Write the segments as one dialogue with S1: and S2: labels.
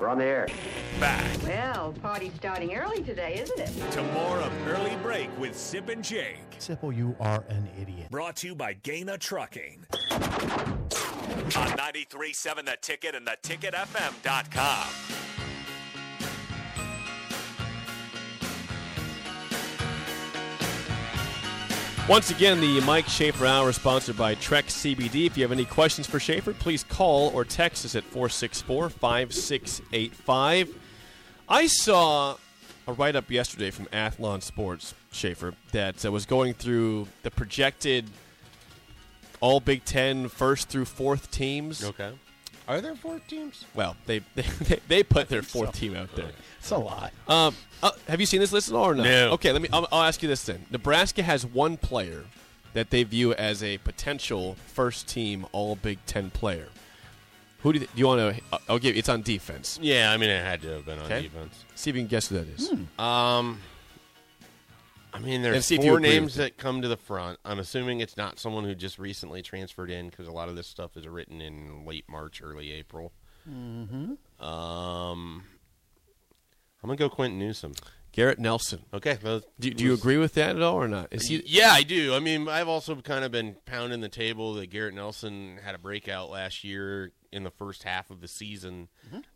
S1: on the air.
S2: Back
S3: Well, party's starting early today, isn't it?
S2: to more of Early Break with Sip and Jake.
S4: Sipple, you are an idiot.
S2: Brought to you by Gaina Trucking. On 93.7 The Ticket and theticketfm.com.
S5: Once again, the Mike Schaefer Hour is sponsored by Trek CBD. If you have any questions for Schaefer, please call or text us at 464 5685. I saw a write up yesterday from Athlon Sports, Schaefer, that uh, was going through the projected all Big Ten first through fourth teams.
S6: Okay. Are there four teams?
S5: Well, they, they they put their fourth team out there.
S4: It's a lot.
S5: Um, uh, have you seen this list at all or not?
S6: No.
S5: Okay, let me. I'll, I'll ask you this then. Nebraska has one player that they view as a potential first-team All Big Ten player. Who do you, do you want to? I'll give. you- It's on defense.
S6: Yeah, I mean it had to have been on
S5: Okay.
S6: defense.
S5: See if you can guess who that is.
S4: Hmm.
S6: I mean, there's
S5: see if you
S6: four
S5: agree with
S6: names
S5: it.
S6: that come to the front. I'm assuming it's not someone who just recently transferred in because a lot of this stuff is written in late March, early April. Mm-hmm. Um, I'm gonna go Quentin Newsom.
S5: Garrett Nelson.
S6: Okay. those-
S5: Do, do you agree with that at all or not? Is he?
S6: yeah, I do. I mean, I've also kind of been pounding the table that Garrett Nelson had a breakout last year in the first half of the season,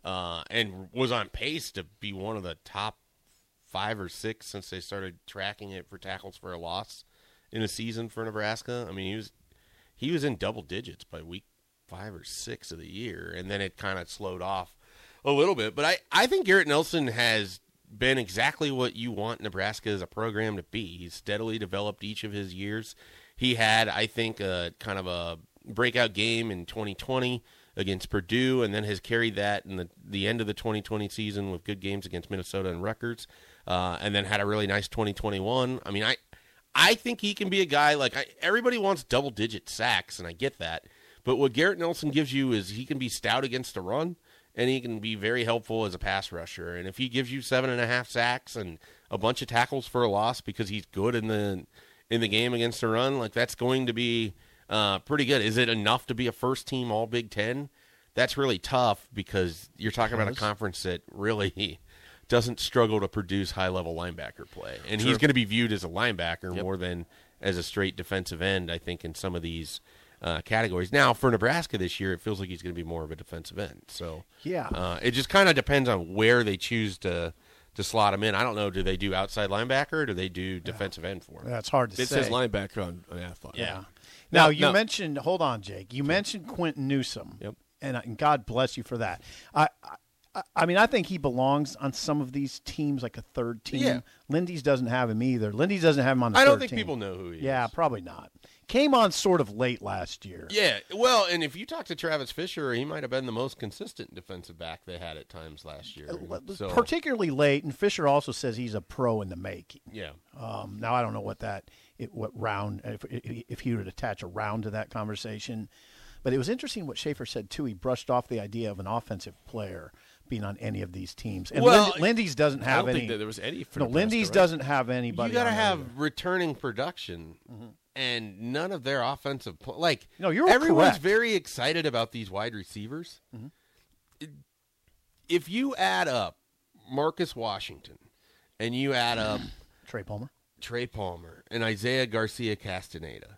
S6: uh, and was on pace to be one of the top five or six since they started tracking it for tackles for a loss in a season for Nebraska. I mean, he was he was in double digits by week five or six of the year, and then it kind of slowed off a little bit. But I, I think Garrett Nelson has been exactly what you want Nebraska as a program to be. He's steadily developed each of his years. He had, I think, a kind of a breakout game in 2020 against Purdue, and then has carried that in the the end of the 2020 season with good games against Minnesota and Rutgers, uh, and then had a really nice 2021. I mean, I I think he can be a guy like I, everybody wants double digit sacks, and I get that. But what Garrett Nelson gives you is he can be stout against the run, and he can be very helpful as a pass rusher. And if he gives you seven and a half sacks and a bunch of tackles for a loss because he's good in the in the game against the run, like that's going to be uh, pretty good. Is it enough to be a first team All Big Ten? That's really tough because you're talking about a conference that really doesn't struggle to produce high level linebacker play. And he's going to be viewed as a linebacker more than as a straight defensive end, I think, in some of these uh, categories. Now, for Nebraska this year, it feels like he's going to be more of a defensive end. So,
S4: Yeah.
S6: Uh, it just kind of depends on where they choose to. To slot him in, I don't know. Do they do outside linebacker? or Do they do defensive end for him?
S4: That's hard to
S5: It
S4: say.
S5: says linebacker on, on Athlon.
S4: Yeah. Now, you
S5: now-
S4: mentioned. Hold on, Jake. You mentioned Quentin Newsom.
S5: Yep.
S4: And, I- and God bless you for that. I, I, I mean, I think he belongs on some of these teams, like a third team.
S6: Yeah.
S4: Lindy's doesn't have him either. Lindy's doesn't have him on. the
S6: I don't
S4: third
S6: think
S4: team.
S6: people know who he
S4: Yeah,
S6: is.
S4: probably not. Came on sort of late last year.
S6: Yeah, well, and if you talk to Travis Fisher, he might have been the most consistent defensive back they had at times last
S4: Uh,
S6: year. So,
S4: Particularly late, and Fisher also says he's a pro in the making.
S6: yeah,
S4: Um, now I don't know what that it, what round if if he would attach a round to that conversation, but it was interesting what Schaefer said too. He brushed off the idea of an offensive player being on any of these teams, and
S6: Well,
S4: Lind- Lindy's doesn't
S5: I
S4: have
S5: don't
S4: any.
S5: think that there was any. For
S4: no,
S5: Nebraska,
S4: Lindy's
S5: right?
S4: doesn't have anybody.
S6: you got to
S4: on there
S6: have
S4: either.
S6: returning production, and none of their offensive pl- like.
S4: Mm-hmm. No, you're
S6: everyone's
S4: correct.
S6: very excited about these wide receivers.
S4: Mm-hmm.
S6: If you add up Marcus Washington, and you add up
S4: Trey Palmer.
S6: Trey Palmer and Isaiah Garcia Castaneda,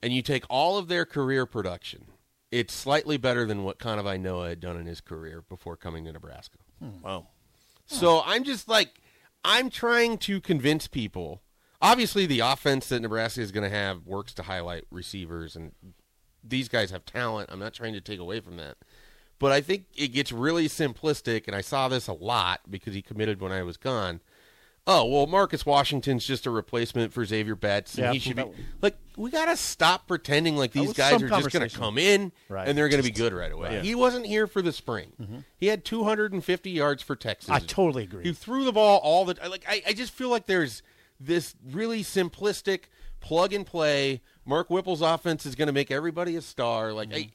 S6: and you take all of their career production, it's slightly better than what Conavai Noah had done in his career before coming to Nebraska.
S5: Wow.
S6: So I'm just like, I'm trying to convince people. Obviously, the offense that Nebraska is going to have works to highlight receivers, and these guys have talent. I'm not trying to take away from that. But I think it gets really simplistic, and I saw this a lot because he committed when I was gone. Oh, well, Marcus Washington's just a replacement for Xavier Betts, and
S4: Yeah,
S6: he should be.
S4: that-
S6: Like, we got to stop pretending like these
S4: was
S6: guys
S4: some
S6: are just going to
S4: conversation.
S6: come in
S4: Right. Mm-hmm.
S6: and they're going to be good right away. He wasn't here for the spring. He had 250 yards for Texas.
S4: I totally agree.
S6: He threw the ball all the like. I, I just feel like there's this really simplistic plug and play. Mark Whipple's offense is going to make everybody a star. Like, I,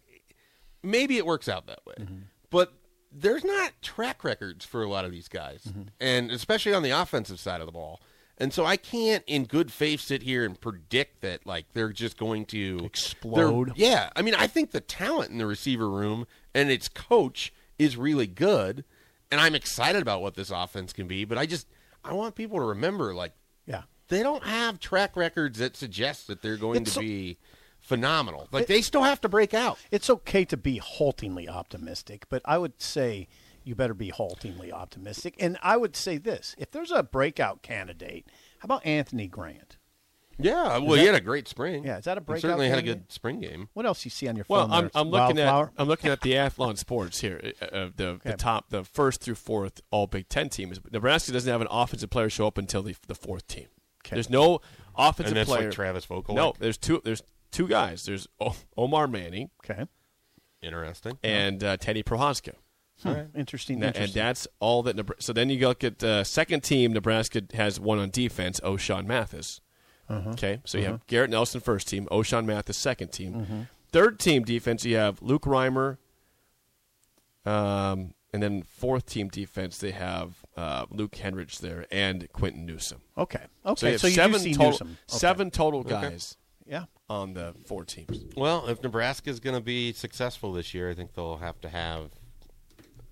S6: maybe it works out that way,
S4: Mm-hmm.
S6: but there's not track records for a lot of these guys,
S4: Mm-hmm.
S6: and especially on the offensive side of the ball. And so I can't, in good faith, sit here and predict that like they're just going to they're-
S4: Explode.
S6: yeah, I mean, I think the talent in the receiver room and its coach is really good. and I'm excited about what this offense can be, but I just I want people to remember like
S4: Yeah.
S6: they don't have track records that suggest that they're going
S4: It's
S6: to
S4: so-
S6: be phenomenal. Like they still have to break out.
S4: It's okay to be haltingly optimistic, but I would say you better be haltingly optimistic. And I would say this if there's a breakout candidate, how about Anthony Grant?
S6: Yeah, well, he had a great spring.
S4: Yeah, is that a
S6: He
S4: breakout
S6: Certainly had a
S4: candidate?
S6: good spring game.
S4: What else you see on your phone?
S5: Well, I'm,
S4: there?
S5: I'm looking
S4: Wildflower?
S5: at I'm looking at the Athlon Sports here, uh, uh, the, the top, the first through fourth All Big Ten teams. Nebraska doesn't have an offensive player show up until the, the fourth team.
S4: Okay.
S5: There's no offensive
S6: And that's like
S5: player.
S6: Travis Vokalek.
S5: No, there's two. There's two guys. There's o- Omar Manning
S4: Okay.
S6: Interesting.
S5: and uh, Teddy Prohaska.
S4: Hmm. Interesting.
S5: And, that- and
S4: interesting.
S5: that's all that. Nebra- so then you look at uh, second team. Nebraska has one on defense. O'Shawn Mathis.
S4: Uh-huh.
S5: Okay, so you have Garrett Nelson first team. O'Shawn Mathis second team.
S4: Mm-hmm.
S5: Third team defense. You have Luke Reimer. Um, and then fourth team defense, they have uh, Luke Henrich there and Quentin Newsom.
S4: okay. Okay. So,
S5: you have
S4: you
S5: seven
S4: do see
S5: total,
S4: Newsom. Okay.
S5: seven total guys
S4: Yeah.
S5: on the four teams.
S6: Well, if Nebraska's going to be successful this year, I think they'll have to have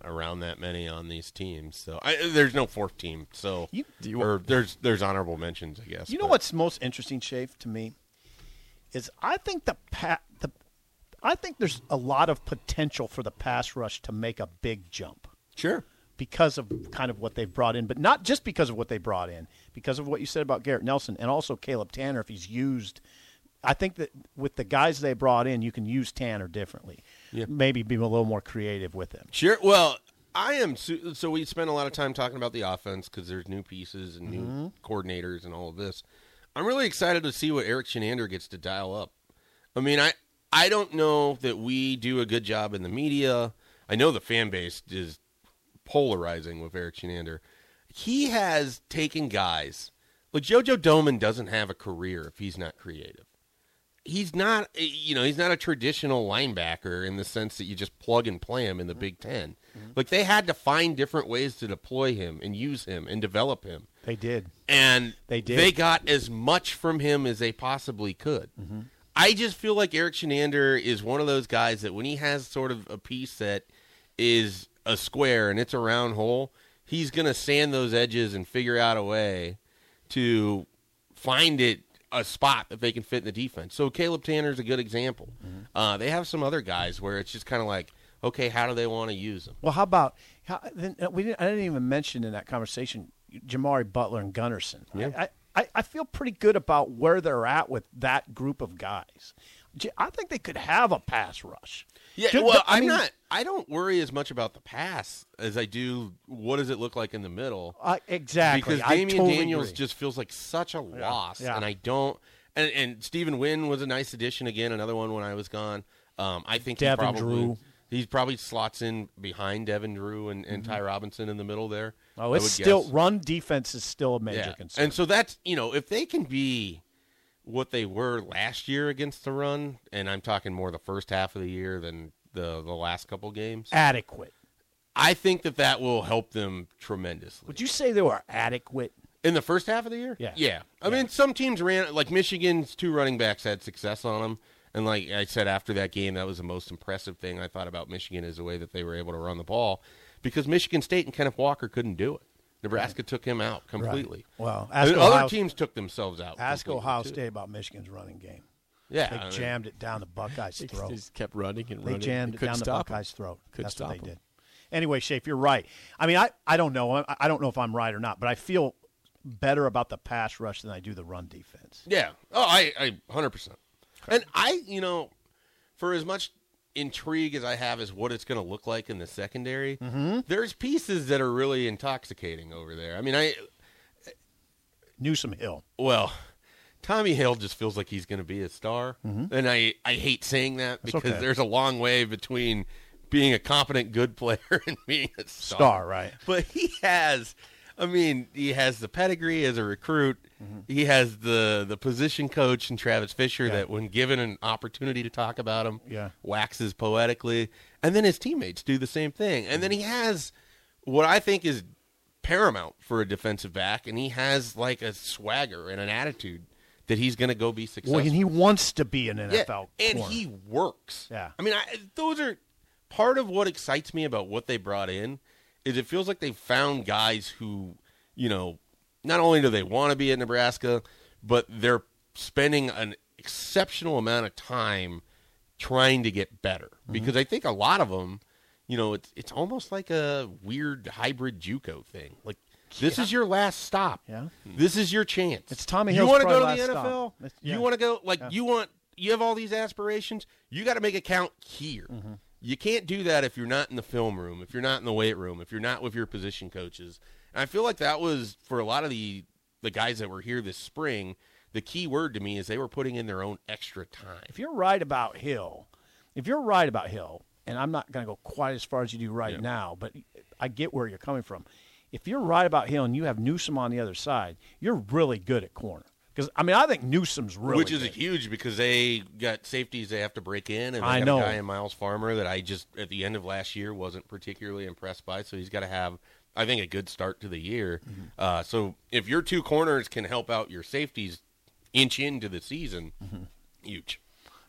S6: around that many on these teams. So I, there's no fourth team. So
S4: You-
S5: Do you-
S6: or there's there's honorable mentions, I guess.
S4: You know
S6: but-
S4: what's most interesting, Shafe, to me, is I think the pa- the I think there's a lot of potential for the pass rush to make a big jump
S6: Sure.
S4: because of kind of what they've brought in, but not just because of what they brought in, because of what you said about Garrett Nelson and also Caleb Tanner, if he's used. I think that with the guys they brought in, you can use Tanner differently.
S6: Yeah.
S4: Maybe be a little more creative with him.
S6: Sure. Well, I am. Su- so we spent a lot of time talking about the offense because there's new pieces and new coordinators and all of this. I'm really excited to see what Eric Shenander gets to dial up. I mean, I I don't know that we do a good job in the media. I know the fan base is polarizing with Eric Shenander. He has taken guys. Like JoJo Doman doesn't have a career if he's not creative he's not eh, you know he's not a traditional linebacker in the sense that you just plug and play him in the Big 10 Like they had to find different ways to deploy him and use him and develop him,
S4: They did.
S6: and
S4: They did.
S6: They got as much from him as they possibly could.
S4: Mm-hmm.
S6: I just feel like Eric Shenander is one of those guys that when he has sort of a piece that is a square and it's a round hole, he's gonna sand those edges and figure out a way to find it a spot that they can fit in the defense. So Caleb Tanner is a good example.
S4: Mm-hmm.
S6: Uh, they have some other guys where it's just kind of like, okay, how do they want to use them?
S4: Well, how about how, then uh, we didn't, I didn't even mention in that conversation Jamari Butler and Gunnarsson. I, I, I feel pretty good about where they're at with that group of guys. J- I think they could have a pass rush.
S6: Yeah,
S4: Ju-
S6: well,
S4: I
S6: I'm
S4: mean,
S6: not. I don't worry as much about the pass as I do what does it look like in the middle.
S4: I- Uh, exactly.
S6: Because
S4: I
S6: Damian
S4: totally
S6: Daniels
S4: agree.
S6: just feels like such a loss,
S4: yeah.
S6: and I don't. And, and Stephen Wynn was a nice addition again, another one when I was gone. Um, I think
S4: Devin
S6: he probably
S4: Drew.
S6: he probably slots in behind Devin Drew and, and Ty Robinson in the middle there.
S4: Mm-hmm. Oh,
S6: I
S4: it's
S6: would
S4: still
S6: guess.
S4: run defense is still a major concern.
S6: And so that's you know if they can be what they were last year against the run, and I'm talking more the first half of the year than the the last couple games.
S4: adequate.
S6: I think that that will help them tremendously.
S4: Would you say they were adequate?
S6: In the first half of the year?
S4: Yeah.
S6: Yeah. I mean, some teams ran, like Michigan's two running backs had success on them. And like I said after that game, that was the most impressive thing I thought about Michigan is the way that they were able to run the ball because Michigan State and Kenneth Walker couldn't do it. Nebraska took him out completely.
S4: Well,
S6: I mean,
S4: ask
S6: other
S4: Ohio-
S6: teams took themselves out.
S4: Ask
S6: completely,
S4: Ohio
S6: too.
S4: State about Michigan's running game.
S6: Yeah.
S4: They
S6: I mean,
S4: jammed it down the Buckeyes' throat.
S5: They just kept running and
S4: They
S5: running.
S4: jammed it
S5: couldn't
S4: down the
S5: stop 'em.
S4: Buckeyes' throat.
S5: Couldn't
S4: That's what
S5: stop
S4: they
S5: 'em.
S4: did. Anyway, Shafe, you're right. I mean, I, I don't know. I, I don't know if I'm right or not, but I feel better about the pass rush than I do the run defense.
S6: Yeah. Oh, I, I 100%. And I, you know, for as much intrigue as I have as what it's going to look like in the secondary,
S4: Mm-hmm.
S6: there's pieces that are really intoxicating over there. I mean, I,
S4: Newsom Hill.
S6: well, Tommy Hill just feels like he's going to be a star. And I, I hate saying that because
S4: Mm-hmm. okay.
S6: there's a long way between being a competent, good player and being a star
S4: Star, right?
S6: but he has i mean he has the pedigree as a recruit
S4: Mm-hmm.
S6: he has the the position coach and travis fisher that when given an opportunity to talk about him
S4: Yeah.
S6: waxes poetically and then his teammates do the same thing and then he
S4: Mm-hmm.
S6: has what i think is paramount for a defensive back and he has like a swagger and an attitude that he's going to go be successful
S4: Well, and he wants to be an NFL
S6: and
S4: corner.
S6: he works.
S4: Yeah.
S6: I mean, I, those are part of what excites me about what they brought in is it feels like they found guys who, you know, not only do they want to be at Nebraska, but they're spending an exceptional amount of time trying to get better.
S4: Mm-hmm.
S6: Because I think a lot of them, you know, it's it's almost like a weird hybrid JUCO thing. Like this is your last stop.
S4: Yeah.
S6: This is your chance.
S4: It's Tommy
S6: You
S4: Hill's
S6: want to
S4: probably
S6: go to
S4: last
S6: the
S4: stop.
S6: NFL?
S4: It's- yeah.
S6: You want to go like you want you have all these aspirations. You got to make it count here.
S4: Mm-hmm.
S6: You can't do that if you're not in the film room, if you're not in the weight room, if you're not with your position coaches. And I feel like that was for a lot of the the guys that were here this spring. The key word to me is they were putting in their own extra time.
S4: if you're right about Hill, if you're right about Hill, and I'm not going to go quite as far as you do right now, but I get where you're coming from. If you're right about Hill and you have Newsom on the other side, you're really good at corner. Because I mean, I think Newsom's really
S6: Which is
S4: good.
S6: huge because they got safeties they have to break in, and they
S4: I
S6: got
S4: know.
S6: a guy in Miles Farmer that I just at the end of last year wasn't particularly impressed by. So he's got to have, I think, a good start to the year.
S4: Mm-hmm.
S6: Uh, so if your two corners can help out your safeties inch into the season,
S4: Mm-hmm.
S6: huge.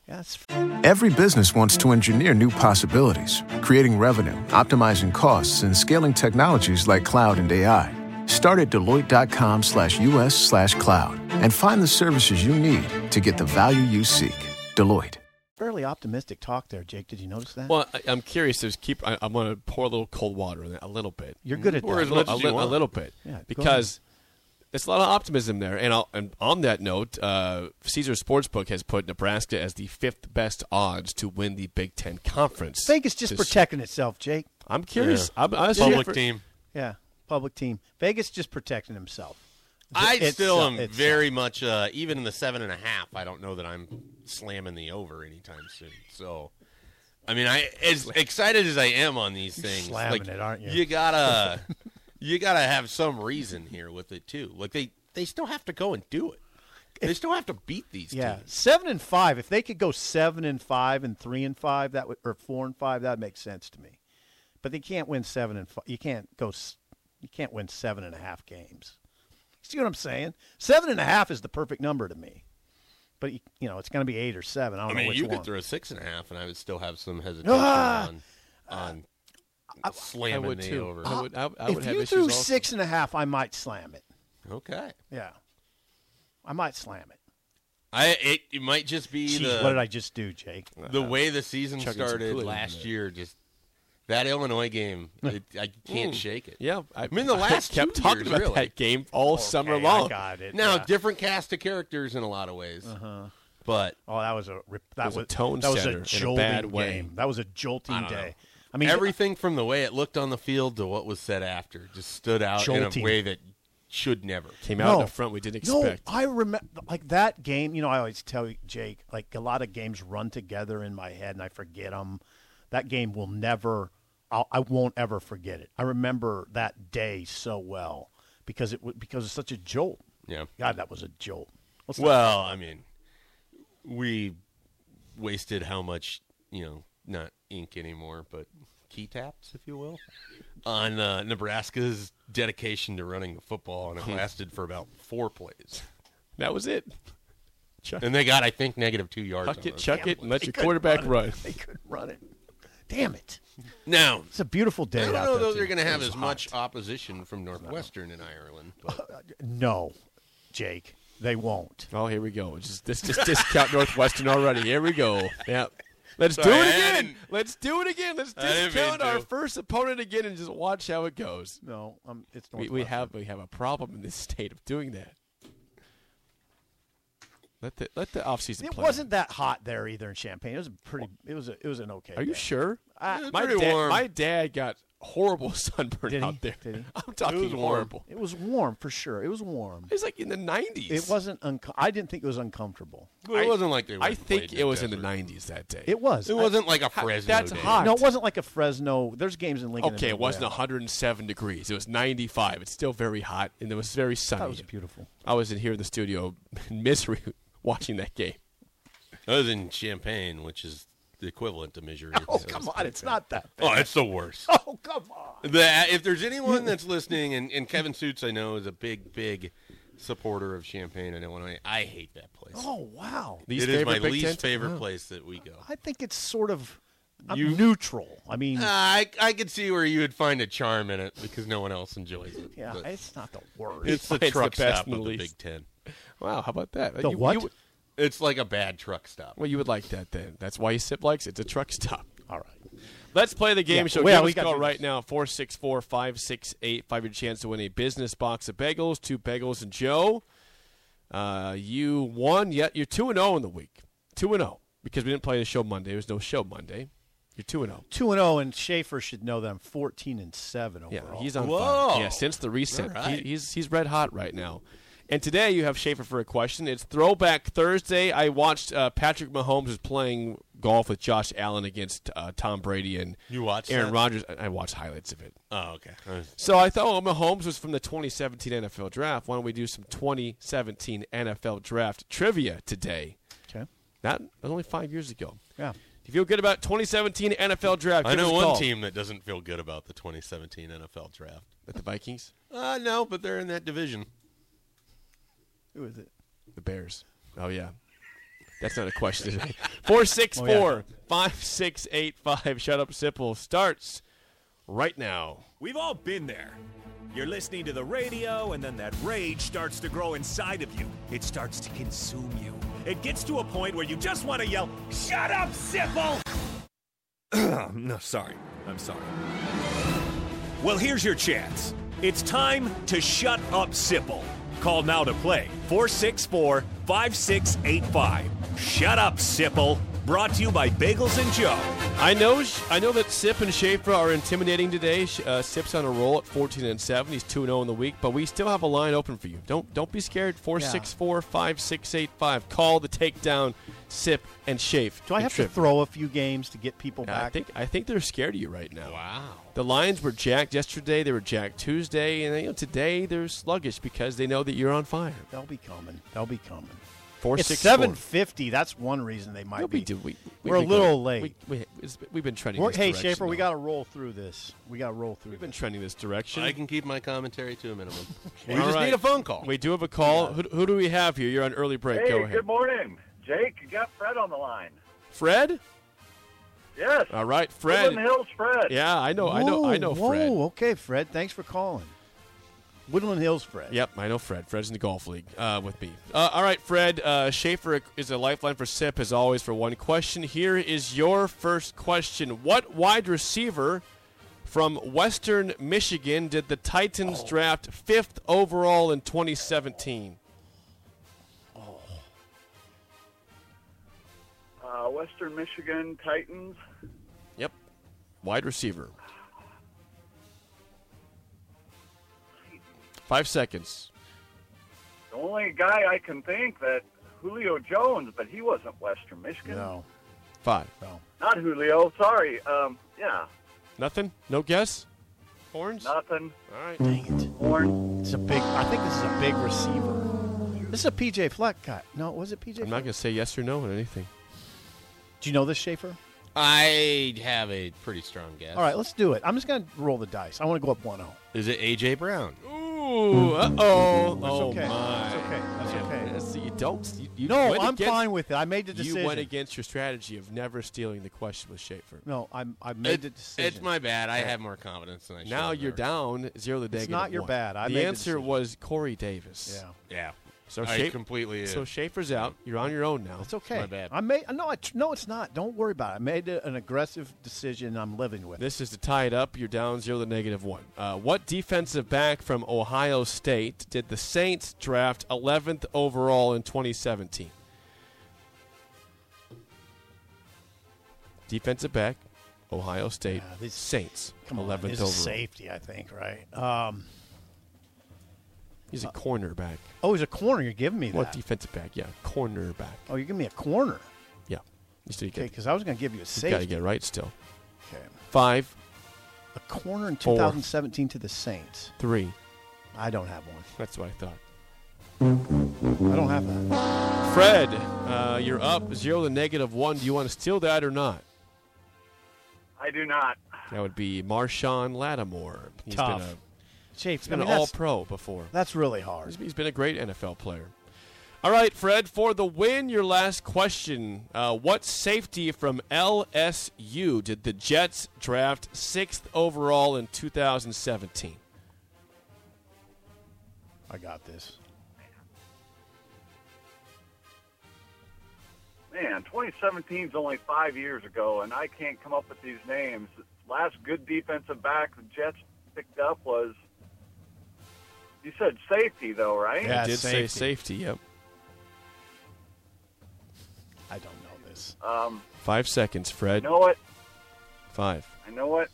S4: Yes.
S1: Every business wants to engineer new possibilities, creating revenue, optimizing costs, and scaling technologies like cloud and AI. Start at Deloitte.com slash US slash cloud and find the services you need to get the value you seek. Deloitte.
S4: fairly optimistic talk there, Jake. Did you notice that?
S5: Well, I, I'm curious. Just keep. I, I'm going to pour a little cold water on that, a little bit.
S4: you're good at
S6: Or
S4: that.
S6: as much
S5: a,
S6: as you
S5: li- a
S6: want.
S5: little bit.
S4: Yeah, go ahead.
S5: because there's a lot of optimism there. And, I'll, and on that note, uh, Caesar Sportsbook has put Nebraska as the fifth best odds to win the Big Ten Conference.
S4: Vegas just
S5: this-
S4: protecting itself, Jake.
S5: I'm curious. I'm, I was
S6: Public
S5: for-
S6: team.
S4: Yeah, public team. Vegas just protecting himself.
S6: I
S4: It's,
S6: still
S4: uh,
S6: am
S4: it's, uh,
S6: very much uh, even in the seven and a half. I don't know that I'm slamming the over anytime soon. So, I mean, I as excited as I am on these things,
S4: slamming
S6: like,
S4: it, aren't you?
S6: You gotta, you gotta have some reason here with it too. Like they, they still have to go and do it. They still have to beat these
S4: Yeah,
S6: teams.
S4: seven and five. If they could go seven and five and three and five, that would or four and five, that makes sense to me. But they can't win seven and five. You can't go. s- You can't win seven and a half games. See what I'm saying? Seven and a half is the perfect number to me. But you, you know, it's going to be eight or seven. I
S6: I
S4: don't know
S6: mean,
S4: which
S6: you
S4: one.
S6: could throw six and a half, and I would still have some hesitation
S4: Ah!
S6: on on
S5: I
S6: slamming
S5: would
S6: the
S5: too.
S6: over.
S5: I would, I, I would
S4: if
S5: have
S4: you
S5: issues
S4: threw
S5: also.
S4: six and a half, I might slam it.
S6: Okay,
S4: Yeah, I might slam it.
S6: I it, it might just be
S4: Jeez,
S6: the
S4: what did I just do, Jake?
S6: the way the season
S5: Chugging some
S6: started
S5: Kool-Aid in
S6: last
S5: there.
S6: year, just that Illinois game, it, I can't shake it.
S5: Hmm. Yeah,
S6: I, mean the last
S5: kept
S6: two
S5: talking
S6: years,
S5: about
S6: really.
S5: that game all summer
S4: Okay,
S5: long.
S4: I got it.
S6: Now,
S4: Yeah.
S6: different cast of characters in a lot of ways,
S5: Uh-huh.
S6: but
S4: Oh, that was a rip, that
S5: was
S4: was,
S5: a tone
S4: that was
S5: setter
S4: a
S5: in a
S4: jolting
S5: bad way.
S4: game. That was a jolting
S6: don't
S4: day.
S6: know.
S4: I mean,
S6: everything from the way it looked on the field to what was said after just stood out in
S4: Jolting.
S6: a way that should never.
S5: Came out in
S4: No.
S5: the front we didn't
S4: no,
S5: expect.
S4: I remember like that game. You know, I always tell you, Jake, like a lot of games run together in my head, and I forget them. That game will never. I'll, I won't ever forget it. I remember that day so well because it w- because it's such a jolt.
S6: Yeah.
S4: God, that was a jolt. Let's not-
S6: Well, I mean, we wasted how much you know, not ink anymore, but key taps, if you will, on uh, Nebraska's dedication to running the football, and it lasted for about four plays,
S5: that was it. Chuck,
S6: and they got, I think, negative two yards.
S5: chuck
S6: on
S5: it,
S6: those.
S5: chuck it, and let
S4: They
S5: your
S4: couldn't
S5: quarterback run.
S4: They couldn't run it. Damn it!
S6: Now,
S4: It's a beautiful day.
S6: I don't
S4: out
S6: know
S4: there,
S6: though they're
S4: too.
S6: going to
S4: It
S6: have
S4: was
S6: as
S4: hot.
S6: much opposition from Northwestern in Ireland. But
S4: No, Jake, they won't.
S5: Oh, here we go. Just this, just discount Northwestern already. Here we go. Yep. Let's do
S6: Sorry,
S5: it
S6: I
S5: again.
S6: didn't-
S5: Let's do it again. Let's
S6: I didn't mean
S5: discount our
S6: to.
S5: first opponent again and just watch how it goes.
S4: No, um, it's
S5: We, we have we have a problem in this state of doing that. Let the let the offseason
S4: It
S5: play.
S4: wasn't that hot there either in Champagne. It was a pretty. It was a. It was an okay.
S5: Are you
S4: day.
S5: sure?
S4: I-
S5: my,
S6: pretty
S5: dad,
S6: warm.
S5: my dad got horrible sunburn
S4: Did he?
S5: out there.
S4: Did he?
S5: I'm talking
S6: was warm.
S5: horrible.
S4: It was warm for sure. It was warm.
S5: It was like in the 90s.
S4: It wasn't. Unco- I didn't think it was uncomfortable.
S6: it wasn't like they.
S5: I think it was in the 90s that day.
S4: It was.
S6: It wasn't like a Fresno.
S5: that's
S6: day.
S5: hot.
S4: No, it wasn't like a Fresno. There's games in Lincoln.
S5: Okay, it wasn't 107 degrees. It was 95. It's still very hot, and it was very sunny.
S4: That was beautiful.
S5: I was in here in the studio in misery watching that game.
S6: I was in Champagne, which is the equivalent to Missouri.
S4: Oh come on, it's not that bad.
S6: Oh, it's the worst.
S4: Oh come on.
S6: The, uh, if there's anyone that's listening, and, and Kevin Suits, I know, is a big, big supporter of Champagne in Illinois. I hate that place.
S4: Oh wow.
S5: Least
S6: it is
S5: favorite
S6: my
S5: Big Oh.
S6: least
S5: Ten-
S6: favorite
S5: Wow.
S6: place that we go.
S4: I think it's sort of I'm
S6: You-
S4: neutral. I mean,
S6: Uh, I I could see where you would find a charm in it because no one else enjoys it.
S4: yeah,
S6: but
S4: it's not the worst.
S6: it's the
S5: It's the
S6: truck
S5: best
S6: stop of the
S5: Middle
S6: Big
S5: East.
S6: Ten.
S5: Wow, how about that?
S4: The what?
S6: It's like a bad truck stop.
S5: well, you would like that then. That's why you sip likes it. It's a truck stop.
S4: All right.
S5: Let's play the game
S4: Yeah,
S5: show.
S4: well,
S5: Give
S4: we
S5: us a
S4: gotta
S5: call
S4: do
S5: right
S4: this.
S5: now, 464 5685. Your chance to win a business box of bagels, two bagels, and Joe. Uh, you won, yet you're 2 and 0 in the week. 2 and 0 because we didn't play the show Monday. There was no show Monday. You're 2 and oh. 0.
S4: Two and zero, and Schaefer should know that I'm fourteen and seven
S5: Yeah,
S4: overall.
S5: he's on
S6: Whoa.
S5: fire. Yeah, since the reset,
S6: All right.
S5: he, he's he's red hot right now. And today you have Schaefer for a question. It's Throwback Thursday. I watched uh, Patrick Mahomes was playing golf with Josh Allen against uh, Tom Brady and
S6: You watched
S5: Aaron
S6: that?
S5: Rodgers. I I watched highlights of it.
S6: Oh, okay.
S5: So I thought, well, Mahomes was from the 2017 NFL Draft. Why don't we do some 2017 NFL Draft trivia today?
S4: okay.
S5: That was only five years ago.
S4: Yeah.
S5: If you feel good about 2017 NFL Draft,
S6: I
S5: give
S6: know
S5: us a
S6: one
S5: call.
S6: team that doesn't feel good about the 2017 NFL draft.
S5: At the Vikings,
S6: Uh, no, but they're in that division.
S4: Who is it?
S5: the Bears. Oh yeah, that's not a question. Four six
S4: Oh,
S5: four five six eight five. Shut up, Sipple starts right now.
S2: We've all been there. You're listening to the radio, and then that rage starts to grow inside of you. It starts to consume you. It gets to a point where you just want to yell, Shut up, Sipple! no, sorry. I'm sorry. Well, here's your chance. It's time to shut up, Sipple. Call now to play 464 5685. Shut up, Sipple. Brought to you by Bagels and Joe.
S5: I know, I know that Sip and Schaefer are intimidating today. Sh- Uh, Sip's on a roll at 14 and 7. He's 2 and 0 in the week, but we still have a line open for you. Don't don't be scared. 464-5685. Call the takedown. Sip and Schaefer.
S4: Do I have to throw a few games to get people back?
S5: I think I think they're scared of you right now.
S6: Wow.
S5: The Lions were jacked yesterday. They were jacked Tuesday, and you know, today they're sluggish because they know that you're on fire.
S4: They'll be coming. They'll be coming.
S5: Four
S4: It's
S5: six
S4: seven
S5: four.
S4: fifty. That's one reason they might
S5: No,
S4: be.
S5: we do. We, we,
S4: We're a
S5: we
S4: little
S5: go-
S4: late.
S5: We, we, it's- we've been trending.
S4: We're-
S5: this
S4: hey,
S5: direction,
S4: Schaefer, we
S5: though.
S4: got to roll througugh this. We got to roll through.
S5: We've been
S4: this.
S5: trending this direction.
S6: I can keep my commentary to a minimum. We
S5: All
S6: just
S5: right.
S6: need a phone call.
S5: We do have a call. Who, who do we have here? You're on early break.
S7: Hey,
S5: Go ahead.
S7: good morning, Jake. You got Fred on the line.
S5: Fred.
S7: Yes,
S5: All right,
S7: Woodland
S5: Fred.
S7: Hills, Fred.
S5: Yeah, I know. I know. I know.
S4: Whoa,
S5: Fred.
S4: Whoa, okay, Fred. Thanks for calling. Woodland Hills, Fred.
S5: Yep, I know Fred. Fred's in the golf league uh, with me. Uh, all right, Fred. Uh, Schaefer is a lifeline for SIP, as always, for one question. Here is your first question What wide receiver from Western Michigan did the Titans draft fifth overall in 2017?
S7: Uh, Western Michigan Titans.
S5: Yep. Wide receiver. Five seconds.
S7: The only guy I can think that Julio Jones, but he wasn't Western Michigan.
S4: No,
S5: Five.
S4: no.
S7: Not Julio. Sorry. Um, yeah,
S5: Nothing? No guess? Horns?
S7: nothing.
S5: All right.
S4: Dang it.
S7: Horn.
S4: It's a big. I think this is a big receiver. This is a PJ Fleck guy. No, was it PJ?
S5: I'm not
S4: Fleck?
S5: going to say yes or no on anything.
S4: Do you know this Schaefer?
S6: I have a pretty strong guess.
S4: All right, let's do it. I'm just gonna roll the dice. I want to go up oh. 1-0.
S6: Is it AJ Brown?
S5: Ooh, uh oh. Oh,
S4: Mm. okay.
S5: my.
S4: That's okay. That's
S5: Yeah,
S4: okay.
S5: that's- you don't. You, you
S4: No,
S5: went
S4: I'm
S5: against-
S4: fine with it. I made the decision.
S5: You went against your strategy of never stealing the question with Schaefer.
S4: No, I'm, I made
S6: It-
S4: the decision.
S6: It's my bad. I have more confidence than I should.
S5: Now
S6: have
S5: you're
S6: there.
S5: down zero to negative.
S4: not your
S5: one.
S4: bad. I
S5: the
S4: made the
S5: answer
S4: decision.
S5: was Corey Davis.
S4: Yeah,
S6: Yeah.
S5: So
S6: I
S5: Schaefer-
S6: completely.
S5: So Schaefer's out. You're on your own now.
S4: it's okay.
S6: my bad.
S4: I made. No, I, no, it's not. Don't worry about it. I made a, an aggressive decision. and I'm living with. it.
S5: This is to tie it up. You're down zero to negative one. Uh, what defensive back from Ohio State did the Saints draft 11th overall in 2017? Defensive back, Ohio State
S4: Yeah, these-
S5: Saints.
S4: Come on,
S5: 11th
S4: this
S5: overall.
S4: is safety. I think right. Um,
S5: He's a
S4: uh,
S5: cornerback.
S4: oh, he's a corner. You're giving me that.
S5: What defensive back? Yeah, cornerback.
S4: oh, you're giving me a corner.
S5: Yeah, you still
S4: Okay,
S5: get.
S4: because I was going to give you a
S5: You gotta
S4: safety.
S5: get it right still.
S4: okay,
S5: Five,
S4: a corner in
S5: Four.
S4: 2017 to the Saints.
S5: three.
S4: I don't have one.
S5: That's what I thought.
S4: I don't have that.
S5: Fred, uh, you're up zero to negative one. Do you want to steal that or not?
S7: I do not.
S5: That would be Marshawn Lattimore. He's
S4: Tough.
S5: been, a,
S4: Schaefer.
S5: he's been
S4: I mean,
S5: an all
S4: that's,
S5: pro before.
S4: that's really
S5: He's-
S4: hard.
S5: he's been a great NFL player. All right, Fred, for the win, your last question. Uh, what safety from LSU did the Jets draft sixth overall in 2017?
S4: I got this.
S7: Man, 2017 is only five years ago, and I can't come up with these names. Last good defensive back the Jets picked up was. You said safety, though, right?
S4: Yeah,
S5: I did say
S4: safety.
S5: safety, yep.
S4: I don't know this.
S7: Um,
S5: Five seconds,
S7: I
S5: Fred.
S7: know it.
S5: Five,
S7: I know it.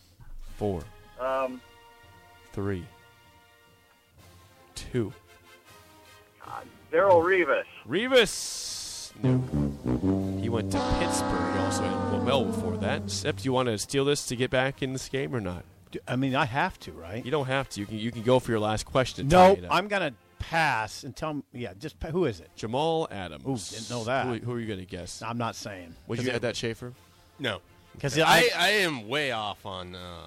S5: four,
S7: Um,
S5: three, two.
S7: Uh, Daryl Revis.
S5: Revis. No. He went to Pittsburgh also and well before that. Sep, do you want to steal this to get back in this game or not?
S4: Do- I mean, I have to, right?
S5: You don't have to. You can you can go for your last question. to tie
S4: No,
S5: it up.
S4: I'm gonna pass and tell. 'em- Yeah, just pa- who is it?
S5: Jamal Adams.
S4: Ooh, didn't know that.
S5: Who, who are you going to guess?
S4: I'm not saying.
S5: Would you add that Schaefer?
S6: No.
S4: Because
S6: I, I am way off on uh,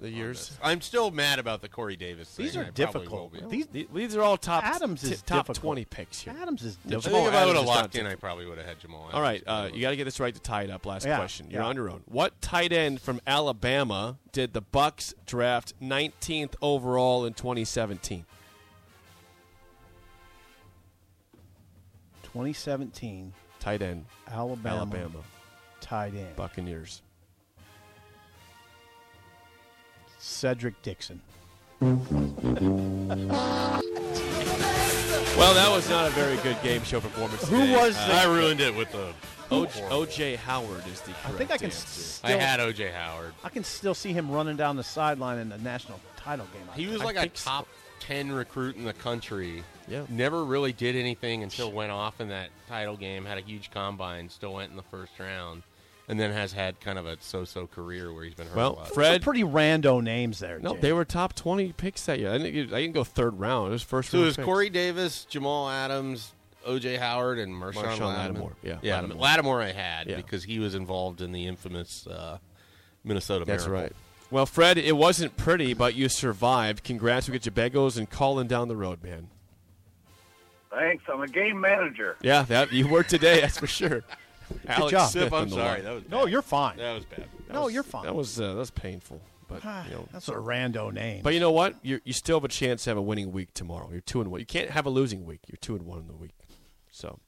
S5: The
S6: on
S5: years?
S6: this. I'm still mad about the Corey Davis thing.
S4: These are
S6: I probably
S4: difficult.
S6: will be.
S4: These-
S5: The- These are all top
S4: Adams
S5: t-
S4: is
S5: top
S4: difficult.
S5: twenty picks here.
S4: Adams is
S6: I
S4: difficult.
S6: think if I
S5: Adams
S6: would have
S5: is not
S6: locked in, I
S5: difficult.
S6: probably would have had Jamal.
S5: All right,
S6: Adams.
S5: uh, you got to get this right to tie it up. Last
S4: Yeah,
S5: question. You're
S4: yeah.
S5: on your own. What tight end from Alabama did the Bucks draft 19th overall in 2017?
S4: 2017
S5: Tight end,
S4: Alabama,
S5: Alabama,
S4: tied in
S5: Buccaneers.
S4: Cedric Dixon.
S5: Well, that was not a very good game show performance.
S4: Who
S5: today.
S4: was
S5: Uh,
S6: I ruined it with the.
S5: O- OJ Howard is the correct
S4: I think I can
S5: answer.
S6: I
S4: still-
S6: had OJ Howard.
S4: I can still see him running down the sideline in the national title game. I
S6: He was
S4: think.
S6: like a
S5: think so.
S6: top ten recruit in the country.
S5: Yeah.
S6: Never really did anything until went off in that title game. Had a huge combine. Still went in the first round, and then has had kind of a so-so career where he's been hurt a
S5: Well,
S6: lot.
S4: Those are
S5: Fred.
S4: pretty rando names there.
S5: No,
S4: Jay.
S5: they were top 20 picks that year. I didn't, I didn't go third round. It was first
S6: so it
S5: round.
S6: was
S5: picks.
S6: Corey Davis, Jamal Adams, OJ Howard, and Marshawn,
S5: Marshawn
S6: Lattimore.
S5: Lattimore. Yeah,
S6: yeah,
S5: Lattimore.
S6: Lattimore. I had
S5: Yeah.
S6: because he was involved in the infamous uh, Minnesota.
S5: That's
S6: Miracle.
S5: right. Well, Fred, it wasn't pretty, but you survived. Congrats. We get your bagels and calling down the road, man.
S7: Thanks. I'm a game manager.
S5: Yeah, that you were today, that's for sure. Alex
S4: job.
S5: Smith
S6: Sip, I'm
S5: on the
S6: sorry.
S5: line.
S6: That was bad.
S4: No, you're fine.
S6: that was bad.
S4: no, you're fine.
S5: That was uh, that was painful, but
S4: Ah,
S5: you know.
S4: that's a rando name.
S5: But you know what? You you still have a chance to have a winning week tomorrow. You're two and one. You can't have a losing week. You're two and one in the week. So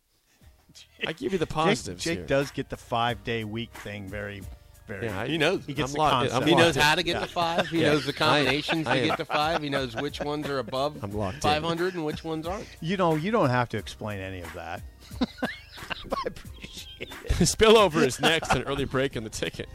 S5: I give you the
S4: Jake,
S5: positives
S4: Jake
S5: here.
S4: does get the five day week thing very, very.
S5: Yeah, I-
S6: He knows.
S4: he gets
S5: I'm
S4: the
S5: locked in.
S4: concept.
S5: I'm
S6: He
S5: locked
S6: knows
S5: in.
S6: how to get to five. He
S5: Yeah.
S6: knows the combinations
S5: I
S6: to
S5: am-
S6: get to five. He knows which ones are above
S5: I'm locked in.
S6: 500 and which ones aren't.
S4: you know, you don't have to explain any of that. I appreciate it.
S5: Spillover is next. An early break in the ticket.